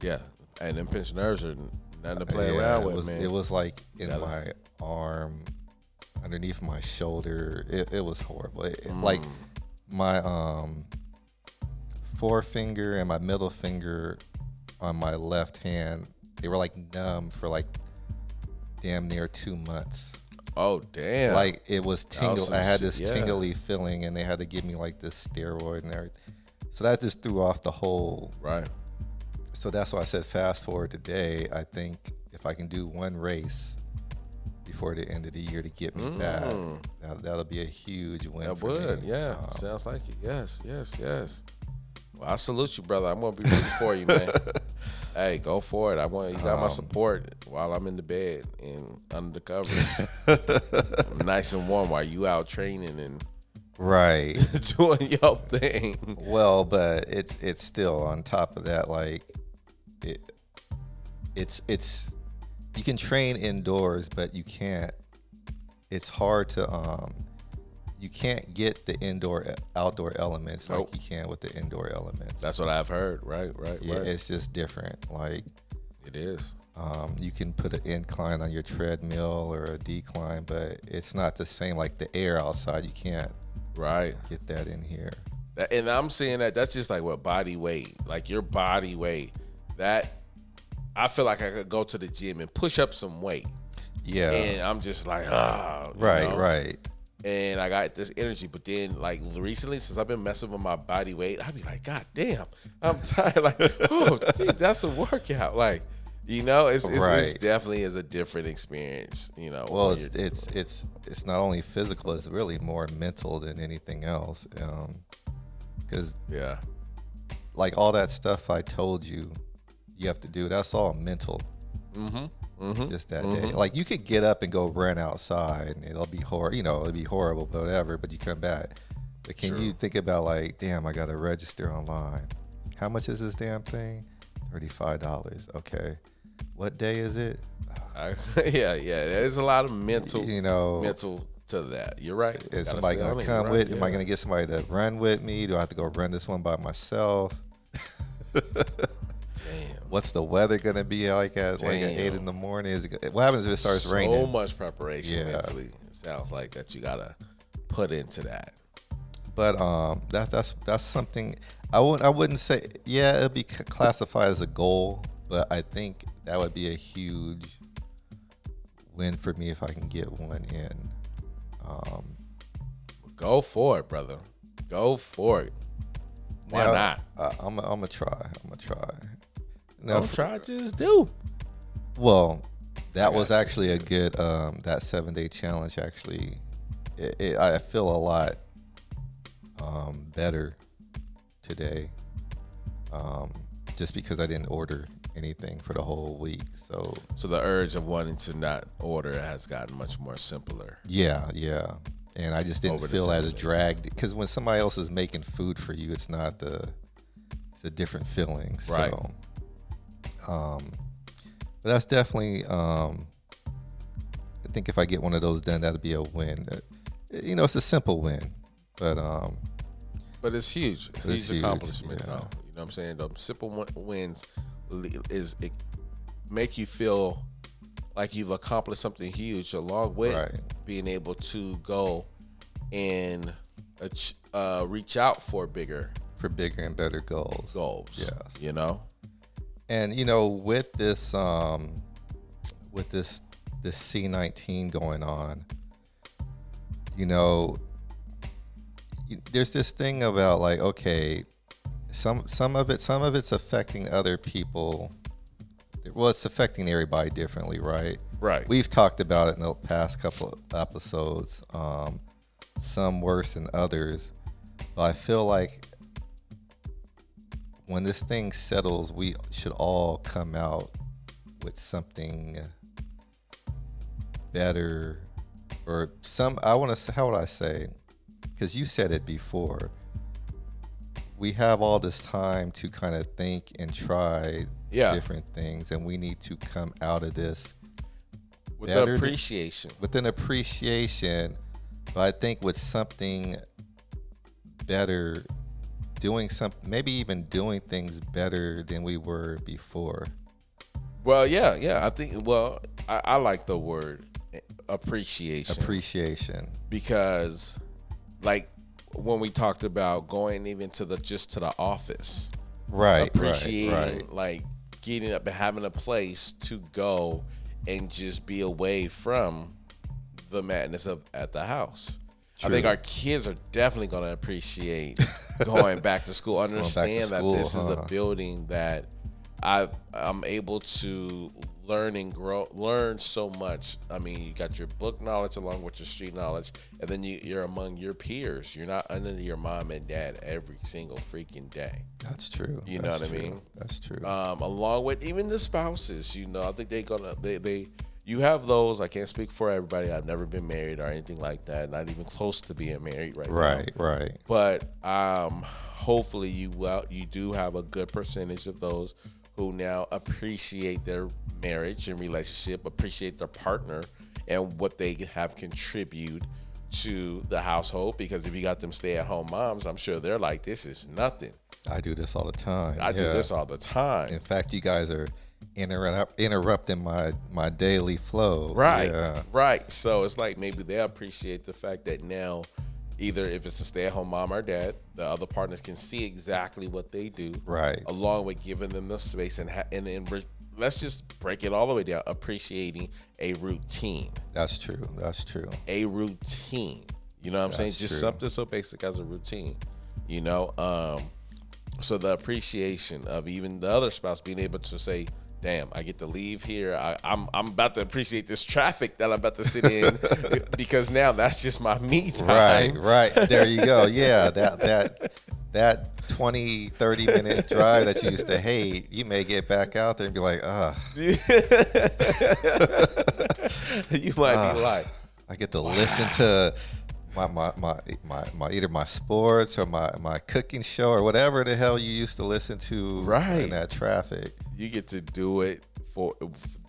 Yeah, and them pinched nerves are nothing to play Yeah, around it with, was, man. It was like in Gotta- my arm, underneath my shoulder. It, it was horrible. It- it- Like Mm. my um forefinger and my middle finger on my left hand, they were like numb for like damn near two months. oh damn! Like it was tingle. some I had shit, this yeah. tingly feeling, and they had to give me like this steroid and everything. So that just threw off the whole right? so that's why I said fast forward today. I think if I can do one race before the end of the year to get me back, that, that'll be a huge win. Mm. That for would, me. yeah. Um, Sounds like it. Yes, yes, yes. Well, I salute you, brother. I'm gonna be rooting for you, man. Hey, go for it. I want you Um, got my support while I'm in the bed and under the covers, I'm nice and warm while you out training and right. doing your thing. well, but it's it's still on top of that. Like it, it's it's you can train indoors, but you can't. It's hard to um you can't get the indoor outdoor elements Nope. like you can with the indoor elements. That's what I've heard. Right, right, yeah, right. it's just different. Like It is. um, you can put an incline on your treadmill or a decline, but it's not the same. Like the air outside, you can't Right. get that in here. That- And I'm seeing that that's just like what body weight, like your body weight. That I feel like I could go to the gym and push up some weight, Yeah, and I'm just like, ah, you right, know? right. And I got this energy, but then like recently, since I've been messing with my body weight, I be like, God damn, I'm tired. Like, oh, gee, that's a workout. Like, you know, it's it's, it's Right. definitely is a different experience. You know, Well, when it's you're- it's it's it's not only physical; it's really more mental than anything else. um, Because yeah, like all that stuff I told you, you have to do. That's all mental. Mm-hmm. Just that day, like you could get up and go run outside, and it'll be hor You know, it'll be horrible, but whatever. But you come back. But can you think about like, damn, I got to register online. How much is this damn thing? Thirty-five dollars. Okay. What day is it? I, yeah, yeah. There's a lot of mental, You know, mental to that. You're right. Is Gotta somebody stay on gonna it, come right, with? yeah. Am I gonna get somebody to run with me? Do I have to go run this one by myself? What's the weather gonna be like at like at eight Damn. in the morning? Is it, go- what happens if it starts so raining? much preparation Yeah. mentally. It sounds like that you gotta put into that. But um, that that's that's something I wouldn't I wouldn't say yeah it'd be c- classified as a goal, but I think that would be a huge win for me if I can get one in. Go for it, brother. Go for it. Why Now, not? I, I'm I'm gonna try. I'm gonna try. Now, Don't for- try, just do. Well, that was gotcha. actually a good um that seven day challenge actually it, it, I feel a lot um better today. Um just because I didn't order anything for the whole week. So So the urge of wanting to not order has gotten much more simpler. yeah, yeah. And I just didn't Over the feel seven as days. dragged because when somebody else is making food for you, it's not the it's a different feeling. Right. So um but that's definitely um I think if I get one of those done, that'd be a win. Uh, You know, it's a simple win, but um, But it's huge, huge, huge, accomplishment, yeah. though. You know what I'm saying? The simple win- wins le- is it make you feel like you've accomplished something huge, along with Right. being able to go and ach- uh, reach out for bigger for bigger and better goals. goals. Yes. you know, and you know with this um with this this c19 going on you know y- there's this thing about like okay some some of it some of it's affecting other people well it's affecting everybody differently right Right. we've talked about it in the past couple of episodes um some worse than others but i feel like when this thing settles, we should all come out with something better or some I want to say how would I say cuz you said it before. We have all this time to kind of think and try Yeah. different things and we need to come out of this with the Better- appreciation. with an appreciation, but I think with something better, doing some maybe even doing things better than we were before. Well, yeah, yeah. I think. Well, I, I like the word eh, appreciation. Appreciation, because like when we talked about going even to the just to the office right? appreciating right, right, like getting up and having a place to go and just be away from the madness of at the house I think True. our kids are definitely going to appreciate going back to school. Understand that school, this is huh? a building that I I'm able to learn and grow, learn so much. I mean, you got your book knowledge along with your street knowledge, and then you, you're among your peers. You're not under your mom and dad every single freaking day That's true. You know That's what I true. mean? That's true. um, along with even the spouses. You know, I think they gonna they they you have those. I can't speak for everybody. I've never been married or anything like that. Not even close to being married right, now. right, right, But um, hopefully you well you do have a good percentage of those who now appreciate their marriage and relationship, appreciate their partner and what they have contribute to the household because if you got them stay at home moms, I'm sure they're like, this is nothing. I do this all the time. I do yeah. this all the time. In fact, you guys are interrupt, interrupting my my daily flow. Right. Yeah. Right. So it's like maybe they appreciate the fact that now either if it's a stay-at-home mom or dad, the other partners can see exactly what they do. Right. Along with giving them the space and ha- and, and re- let's just break it all the way down appreciating a routine. That's true. That's true. a routine. You know what I'm saying? That's Just true. something so basic as a routine. You know, um, so the appreciation of even the other spouse being able to say, "Damn, I get to leave here. I, I'm I'm about to appreciate this traffic that I'm about to sit in because now that's just my me time." Right, right. There you go. Yeah, that that that 20 30 minute drive that you used to hate, you may get back out there and be like, "Ah, you might Ah. be like, I get to listen to my, my, my, my, my either my sports or my, my cooking show or whatever the hell you used to listen to Right. in that traffic. you get to do it for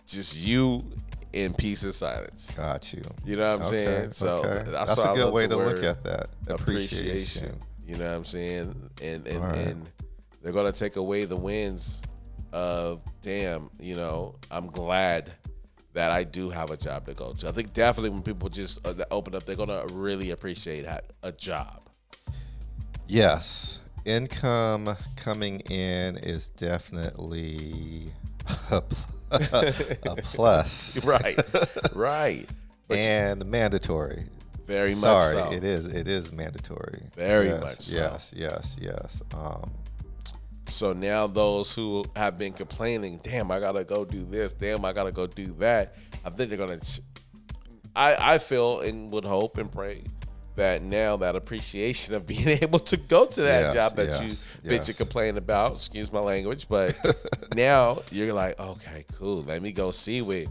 just you in peace and silence. Got you. You know what I'm saying? So okay. that's that's, why I a good love way the to look word at that. Appreciation. You know what I'm saying? And and, Alright. and they're gonna take away the wins of damn, you know, I'm glad that I do have a job to go to. I think definitely when people just uh, open up, they're gonna really appreciate ha- a job. Yes. Income coming in is definitely a, pl- a plus Right, right. But and mandatory. very much Sorry, so. it is it is mandatory. Very Yes, much so. Yes, yes, yes. Um, So now those who have been complaining, damn, I gotta go do this, damn, I gotta go do that. I think they're gonna. Ch- I I feel and would hope and pray that now that appreciation of being able to go to that Yes, job that you yes, bitch yes. and complain about, excuse my language, but now you're like, okay, cool, let me go see what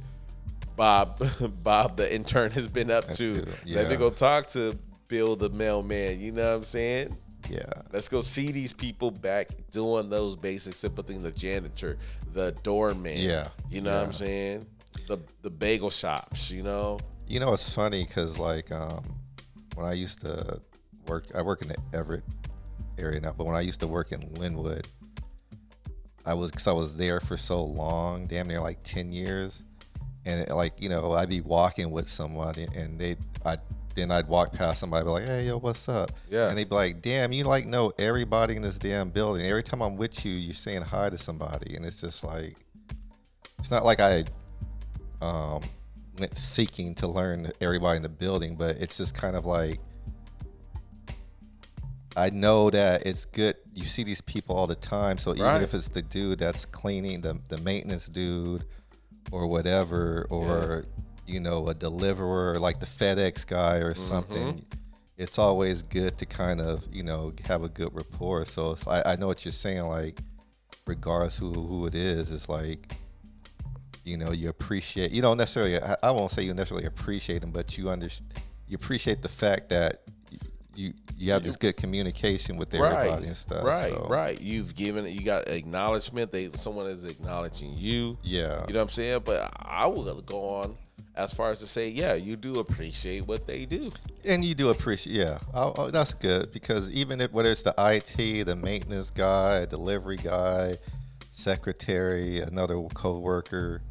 Bob Bob the intern has been up to. good, Let me yeah. go talk to Bill the mailman. You know what I'm saying? yeah. Let's go see these people back doing those basic simple things. The janitor, the doorman. Yeah, You know what I'm saying? The the bagel shops, you know? You know, it's funny because like um, when I used to work, I work in the Everett area now, but when I used to work in Linwood, I was because I was there for so long, damn near like ten years, and it, like you know, I'd be walking with somebody, and they, I then I'd walk past somebody, be like, hey yo, what's up? Yeah. and they'd be like, damn, you like know everybody in this damn building. Every time I'm with you, you're saying hi to somebody, and it's just like, it's not like I um, went seeking to learn everybody in the building, but it's just kind of like I know that it's good. You see these people all the time, so even Right. if it's the dude that's cleaning, the the maintenance dude, or whatever, or you know, a deliverer like the FedEx guy or something. It's always good to kind of, you know, have a good rapport. So it's, I, I know what you're saying. Like, regardless who who it is, it's like you know you appreciate you don't necessarily I, I won't say you necessarily appreciate them but you understand you appreciate the fact that y- you you have this good communication with everybody Right. and stuff right, so, right. You've given you got acknowledgement. They someone is acknowledging you. yeah You know what I'm saying? But I will go on as far as to say, yeah, you do appreciate what they do. and you do appreciate yeah oh, oh, that's good because even if whether it's the IT the maintenance guy delivery guy secretary another coworker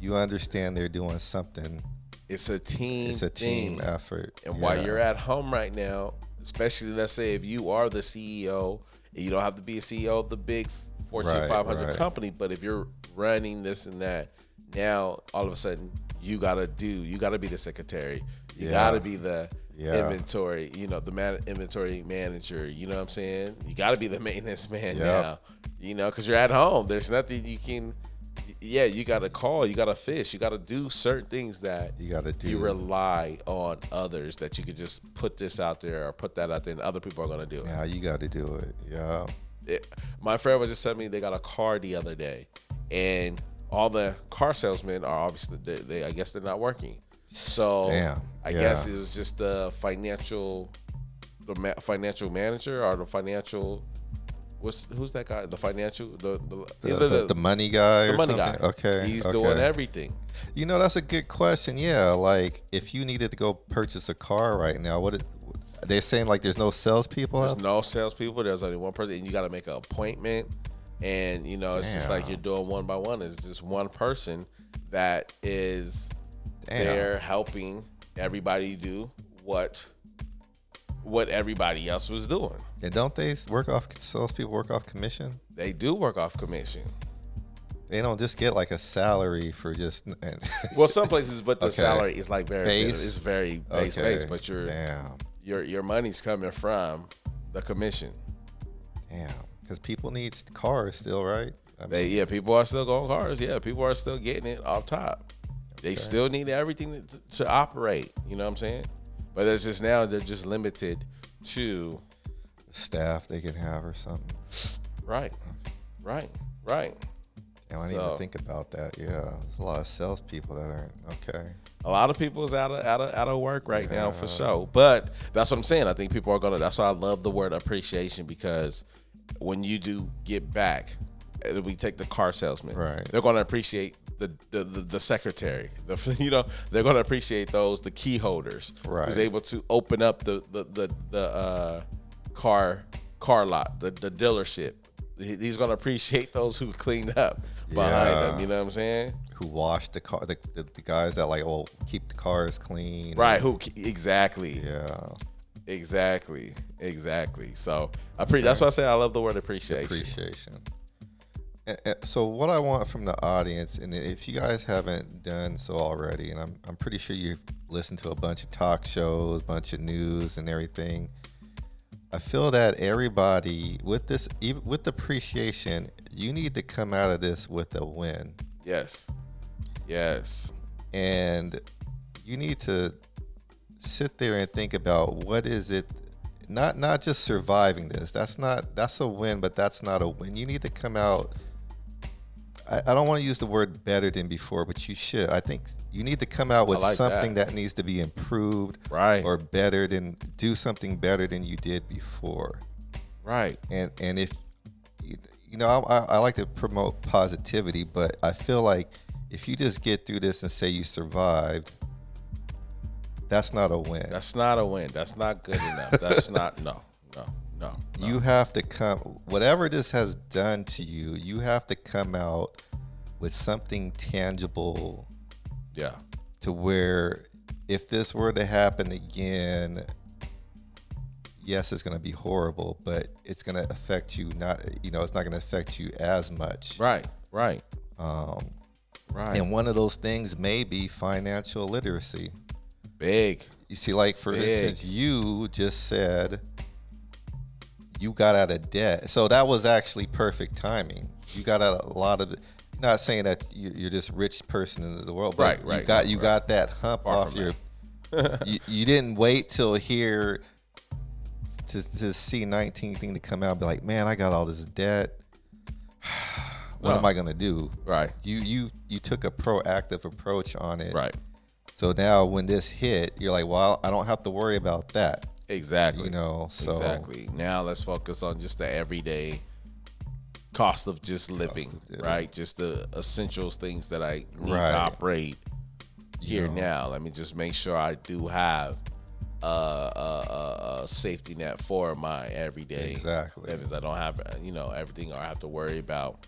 you understand they're doing something It's a team. it's a team thing. effort And while Yeah. you're at home right now, especially let's say if you are the CEO, and you don't have to be a CEO of the big Fortune Right, 500 right. company, but if you're running this and that, now all of a sudden you gotta do, you gotta be the secretary, you Yeah. gotta be the Yeah. inventory, you know, the man, inventory manager. You know what I'm saying? You gotta be the maintenance man Yep. now, you know, because you're at home. There's nothing you can. Yeah, you gotta call, you gotta fish, you gotta do certain things that you got to do you rely on others that you could just put this out there or put that out there and other people are going to do it. now you got to do it yeah It- My friend was just telling me they got a car the other day and all the car salesmen are obviously, they, they I guess they're not working. So Damn, I yeah. guess it was just the financial, the ma- financial manager or the financial what's who's that guy? The financial, the the, The, the- the money guy. the or money guy. something? Okay. he's okay. doing everything. You know, that's a good question. Yeah, like if you needed to go purchase a car right now, what it, they're saying like there's no salespeople. out There's no salespeople. There's only one person, and you got to make an appointment. And you know, it's just like Damn. you're doing one by one. It's just one person that is Damn. there helping everybody do what what everybody else was doing. And don't they work off salespeople work off commission? They do work off commission. They don't just get like a salary for just. And Well, some places, but the Okay. salary is like very Base? it's very base base. But your damn, your your money's coming from the commission. damn, because people need cars still, right? I mean, They yeah, people are still going cars. Yeah, people are still getting it off top. They still need everything to, to operate. You know what I'm saying? But it's just now they're just limited to staff they can have or something. right, right, right. Damn, I didn't So- even think about that. Yeah, there's a lot of salespeople that aren't okay. A lot of people is out of out of out of work right now for sure. But that's what I'm saying. I think people are gonna. That's why I love the word appreciation because when you do get back, uh, we take the car salesman. Right. They're gonna appreciate the the, the, the secretary. The you know they're gonna appreciate those the key holders. Right. Who's able to open up the the the, the uh, car car lot the the dealership. He- He's gonna appreciate those who cleaned up behind Yeah. them. You know what I'm saying? Who wash the car? The, the, the guys that like oh keep the cars clean. Right. Who exactly? Yeah, Exactly. Exactly. So I pre- that's why I say I love the word appreciation. appreciation. And- and so what I want from the audience, and if you guys haven't done so already, and I'm I'm pretty sure you've listened to a bunch of talk shows, bunch of news, and everything. I feel that everybody with this, even with appreciation, you need to come out of this with a win. yes. Yes. and you need to sit there and think about what is it not not just surviving this that's not that's a win but that's not a win you need to come out i, I don't want to use the word better than before but you should i think you need to come out with I like something that. needs to be improved Right. or better than do something better than you did before Right. and and if you you know I, I like to promote positivity but i feel like if you just get through this and say you survived that's not a win That's not a win. That's not good enough. That's not no. No. No. no. you have to come whatever this has done to you you have to come out with something tangible yeah. to where if this were to happen again yes it's going to be horrible but it's going to affect you not you know it's not going to affect you as much Right. Right. Um right. And one of those things may be financial literacy. Big. You see, like for Big. instance, you just said you got out of debt. So that was actually perfect timing. You got out a lot of not saying that you- you're this rich person in the world, but Right, you right, got no, you right. got that hump Far off from your you, you didn't wait till here to, to see 19 thing to come out and be like, man, I got all this debt. what No. am I gonna do? Right. you you you took a proactive approach on it Right. so now when this hit you're like well i don't have to worry about that Exactly. you know so Exactly. Now let's focus on just the everyday cost of just living, living. right? Just the essentials things that I need Right. to operate here now. Let me just make sure I do have a, a, a, a safety net for my everyday Exactly. livings. I don't have you know everything, or I have to worry about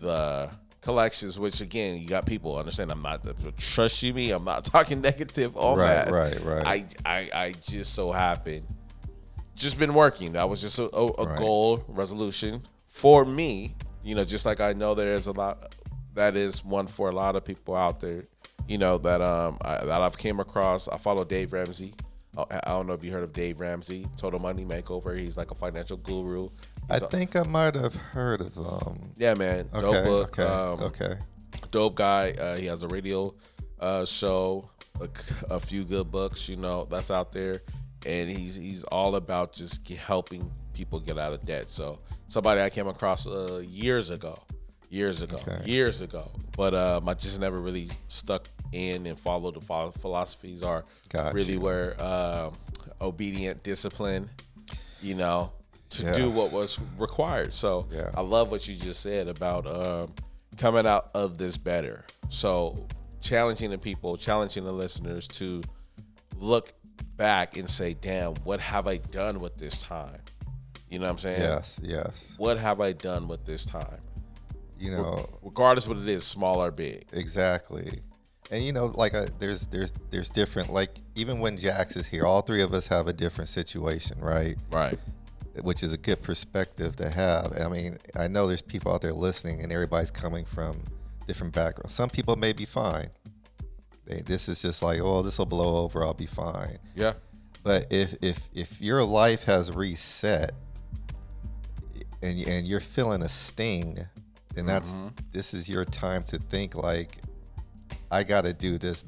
the collections. Which again, you got people understand. I'm not trust you me. I'm not talking negative on Right, that. right, right. I I, I just so happened just been working. That was just a, a, a Right. goal resolution for me. You know, just like I know there is a lot that is one for a lot of people out there. You know that um I, that I've came across. I follow Dave Ramsey. I, I don't know if you heard of Dave Ramsey, Total Money Makeover. He's like a financial guru. i He's a- think i might have heard of um yeah, man. okay dope book. okay um, okay dope guy. Uh, he has a radio uh, show, a, c- a few good books, you know, that's out there, and he's he's all about just ge- helping people get out of debt. So somebody I came across uh, years ago, years ago, Okay. years ago, but um, I just never really stuck in and followed the pho- philosophies are Got really you. where um, obedient discipline, you know. to Yeah. do what was required. So Yeah. I love what you just said about um, coming out of this better. So challenging the people, challenging the listeners to look back and say, "Damn, what have I done with this time?" You know what I'm saying? Yes, yes. What have I done with this time? You know, Regardless what it is, small or big. exactly. And you know, like I, there's there's there's different. Like even when Jax is here, all three of us have a different situation, right? Right. which is a good perspective to have. I mean, I know there's people out there listening, and everybody's coming from different backgrounds. Some people may be fine. They, this is just like, oh, this will blow over. I'll be fine. Yeah. But if if if your life has reset, and and you're feeling a sting, then that's this is your time to think like, I got to do this.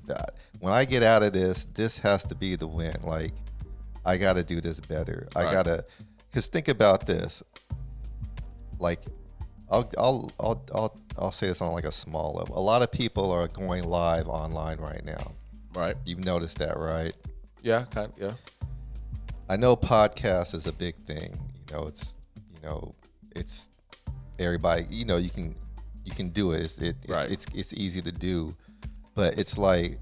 When I get out of this, this has to be the win. Like, I got to do this better. I Right. got to, because think about this. Like, I'll, I'll I'll I'll I'll say this on like a small level. A lot of people are going live online right now. Right. You've noticed that, right? Yeah. Kind. yeah. I know podcast is a big thing. You know, it's you know, it's everybody. You know, you can you can do it. It's it, Right. it's, it's it's easy to do, but it's like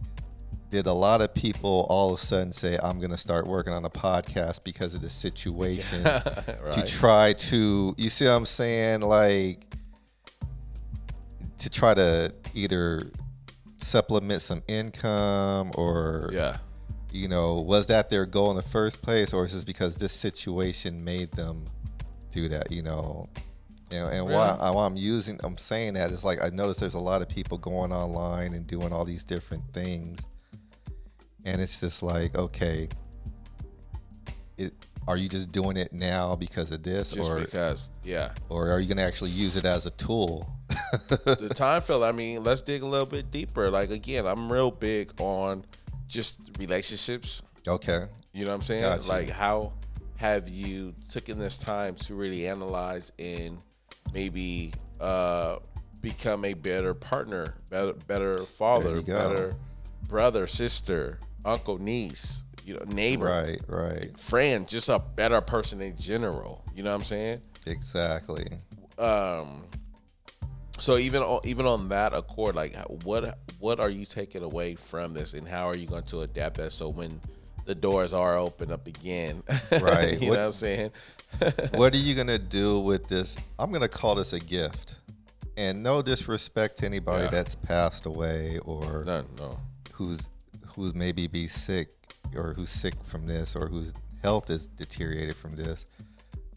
did a lot of people all of a sudden say I'm going to start working on a podcast because of the situation to right. try to you see what I'm saying like to try to either supplement some income or yeah. you know, was that their goal in the first place, or is this because this situation made them do that? You know, and, and why, I, why I'm using, I'm saying that is like I noticed there's a lot of people going online and doing all these different things, and it's just like, okay, it, are you just doing it now because of this, Just or because. Yeah. or are you gonna actually use it as a tool? the time filler. I mean, let's dig a little bit deeper. Like again, I'm real big on just relationships. okay, You know what I'm saying? Gotcha. Like how have you taken this time to really analyze and maybe uh become a better partner, better better There father, you go. better brother, sister, uncle, niece, you know, neighbor, right, right, friend, just a better person in general. You know what I'm saying? exactly, um so even on, even on that accord like what what are you taking away from this and how are you going to adapt that so when the doors are open up again Right. you What- know what i'm saying what are you gonna do with this? I'm gonna call this a gift, and no disrespect to anybody Yeah. that's passed away or no no who's who's maybe be sick or who's sick from this or whose health is deteriorated from this.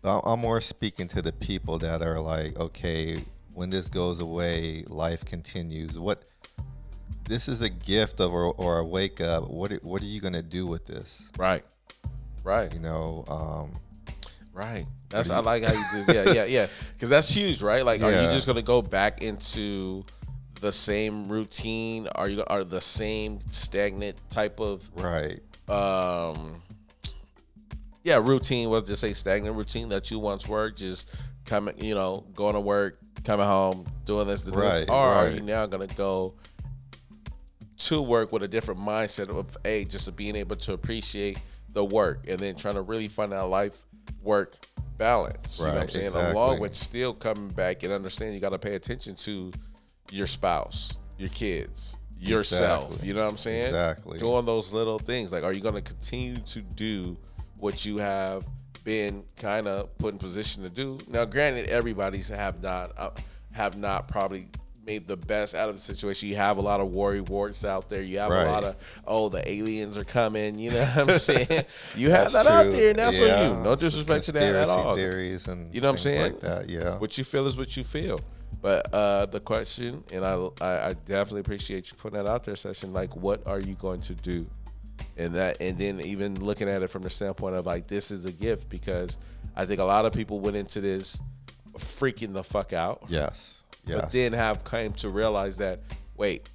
But I'm- I'm more speaking to the people that are like, okay, when this goes away, life continues. What this is a gift of or, or a wake up. What are- what are you gonna do with this? right right You know, um, Right. That's I like how you just yeah yeah yeah because that's huge right like are you Yeah. just gonna go back into the same routine are you are the same stagnant type of right, um yeah routine was just a stagnant routine that you once were just coming you know going to work coming home doing this, doing this. Right, or are right. you now gonna go to work with a different mindset of a just being able to appreciate the work and then trying to really find that life work balance you know what i'm Right, saying along exactly. with still coming back and understanding you got to pay attention to your spouse your kids yourself Exactly. you know what i'm saying Exactly. doing those little things like are you going to continue to do what you have been kind of put in position to do now granted everybody's have not uh, have not probably made the best out of the situation you have a lot of worry warts out there you have Right. a lot of oh the aliens are coming you know what i'm saying you have That's that out true. there and that's Yeah. on you no disrespect to that at Conspiracy all Theories and You know what I'm things saying? Like that, yeah. what you feel is what you feel. But uh, the question, and I, I, I definitely appreciate you putting that out there, session. Like, what are you going to do? And that, and then even looking at it from the standpoint of like, this is a gift because I think a lot of people went into this freaking the fuck out, yes. Yes. but then have came to realize that wait,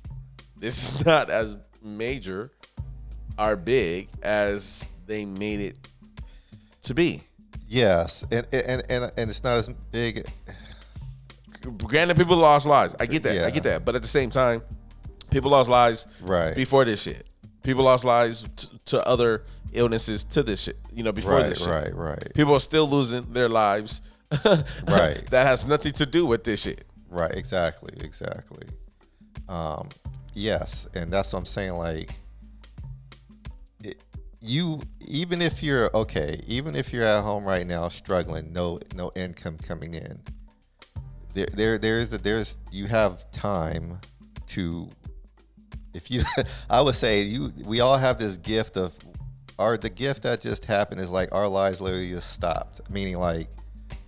this is not as major or big as they made it to be. yes, and and and and it's not as big. granted people lost lives i get that i Yeah. get that but at the same time people lost lives Right. before this shit people lost lives t- to other illnesses to this shit. You know, before Right, this shit, right, right, people are still losing their lives. Right. that has nothing to do with this shit. right. Exactly, exactly. Um, yes, and that's what I'm saying. Like, it, you even if you're okay, even if you're at home right now struggling, no no income coming in. There there there is a, there's you have time to if you I would say you we all have this gift of our the gift that just happened is like our lives literally just stopped, meaning like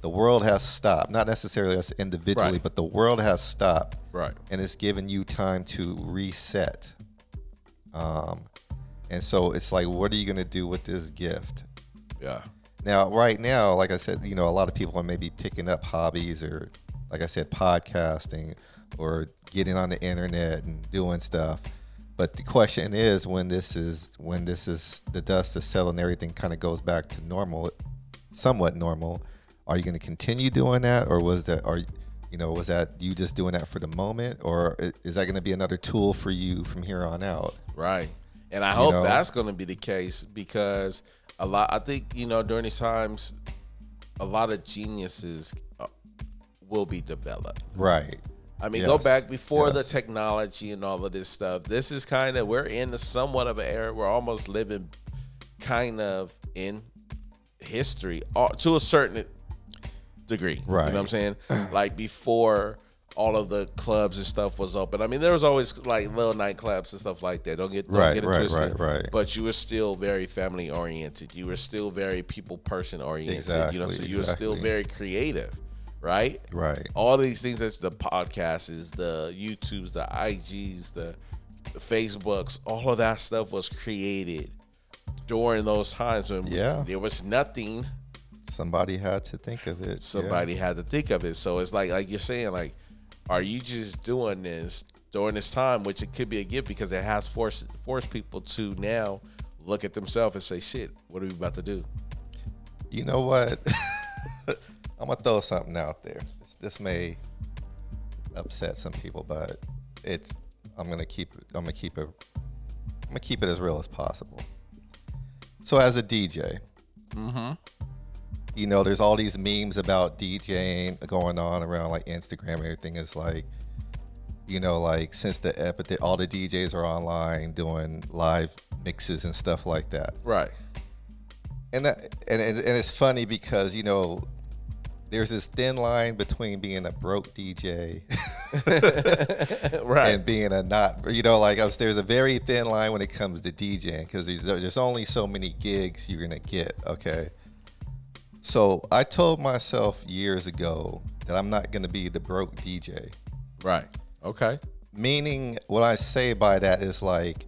the world has stopped, not necessarily us individually, Right. but the world has stopped Right. and it's giving you time to reset. Um, and so it's like, what are you going to do with this gift? Yeah. Now, right now, like I said, you know, a lot of people are maybe picking up hobbies or, like I said, podcasting or getting on the internet and doing stuff. But the question is, when this is when this is the dust is settled and everything kind of goes back to normal, somewhat normal, are you going to continue doing that, or was that are you know was that you just doing that for the moment, or i- is that going to be another tool for you from here on out? Right. And I hope know? that's going to be the case because a lot, I think, you know, during these times, a lot of geniuses uh, will be developed. Right. I mean, go Yes. back before the Yes. technology and all of this stuff. This is kind of, we're in the somewhat of an era, we're almost living kind of in history all, to a certain degree. You Right. know what I'm saying? like before all of the clubs and stuff was open. I mean, there was always like little nightclubs and stuff like that. Don't get don't Right, get it right, twisted. right, right. But you were still very family oriented. You were still very people person oriented. you know what I'm Exactly, saying? You were still exactly. very creative, right? Right. all these things that's the podcasts is the youtubes the ig's the, the facebooks all of that stuff was created during those times when Yeah. there was nothing Somebody had to think of it. Yeah. somebody had to think of it so it's like like you're saying like are you just doing this during this time which it could be a gift because it has forced forced people to now look at themselves and say shit what are we about to do you know what? I'm gonna throw something out there. This, this may upset some people, but it's I'm gonna keep I'm gonna keep it I'm gonna keep it as real as possible. So as a DJ, you know, there's all these memes about DJing going on around like Instagram and everything. It's like, you know, like since the epidemic, all the DJs are online doing live mixes and stuff like that right and that and, and and it's funny because you know there's this thin line between being a broke DJ right and being a not you know like there's- there's a very thin line when it comes to DJing because there's there's only so many gigs you're gonna get okay so I told myself years ago that I'm not gonna be the broke DJ right okay meaning what I say by that is like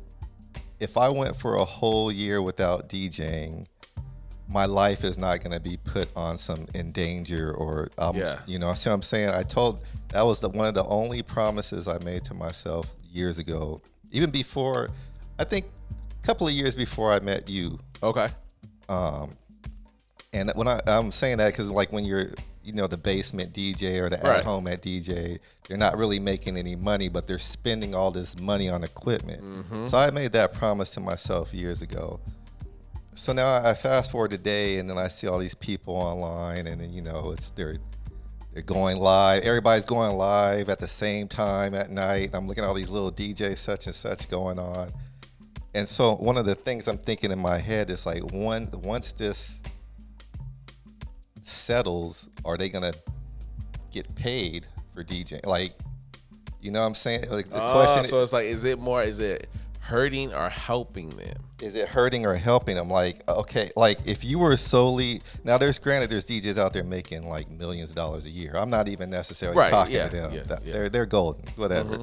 if I went for a whole year without DJing, my life is not going to be put on some in danger or um, Yeah. you know, see what I'm saying? I told that was the one of the only promises I made to myself years ago, even before I think a couple of years before I met you. okay And when I, I'm saying that because like when you're you know the basement DJ or the Right. at home at DJ, they're not really making any money, but they're spending all this money on equipment. So I made that promise to myself years ago. So now I fast forward today, and then I see all these people online, and then you know it's they're they're going live. Everybody's going live at the same time at night. I'm looking at all these little DJ such and such going on. And so one of the things I'm thinking in my head is like, one once this settles, are they gonna get paid for DJ? Like, you know what I'm saying? Like the Ah, question so it's like is it more is it hurting or helping them is it hurting or helping them? Like, okay, like if you were solely now, there's granted, there's DJs out there making like millions of dollars a year. I'm not even necessarily Right, talking yeah, to them. yeah, That- yeah. Mm-hmm. They're they're golden, whatever.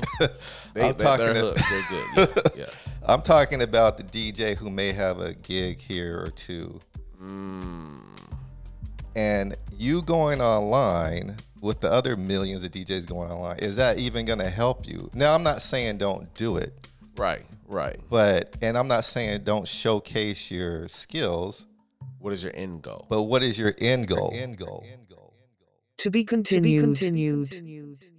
They, I'm they, talking they're to- hooked. They're good. Yeah. yeah. I'm talking about the DJ who may have a gig here or two. And you going online with the other millions of DJs going online, is that even going to help you? Now, I'm not saying don't do it, Right. Right. but, and I'm not saying don't showcase your skills, What is your end goal? but what is your end goal? End goal. To be continued. To be continued.